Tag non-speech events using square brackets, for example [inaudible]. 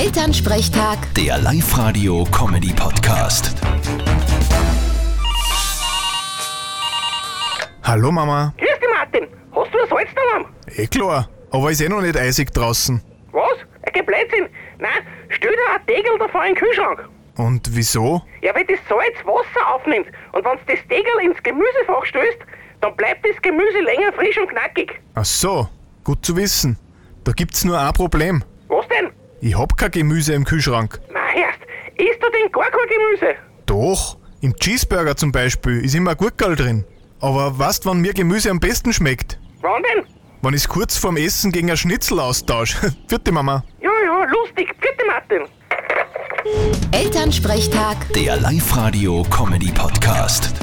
Elternsprechtag. Der Live-Radio-Comedy-Podcast. Hallo Mama, Grüß dich, Martin. Hast du das Holz daheim? eh klar, aber ist eh noch nicht eisig draußen. Was? Ein Geblätsinn? Nein, stell dir einen Tegel davon in den Kühlschrank. Und wieso? Ja, wenn das Salz Wasser aufnimmt und wenn du das Tegel ins Gemüsefach stößt, dann bleibt das Gemüse länger frisch und knackig. Ach so, gut zu wissen. Da gibt's nur ein Problem. Was denn? Ich hab kein Gemüse im Kühlschrank. Na, erst, isst du denn gar kein Gemüse? Doch, im Cheeseburger zum Beispiel ist immer ein Gurkerl drin. Aber weißt, wann mir Gemüse am besten schmeckt? Wann denn? Wenn ich's kurz vorm Essen gegen ein Schnitzel austausche. [laughs] Vierte Mama. Ja, ja, lustig. Vierte Martin. Elternsprechtag. Der Live-Radio-Comedy-Podcast.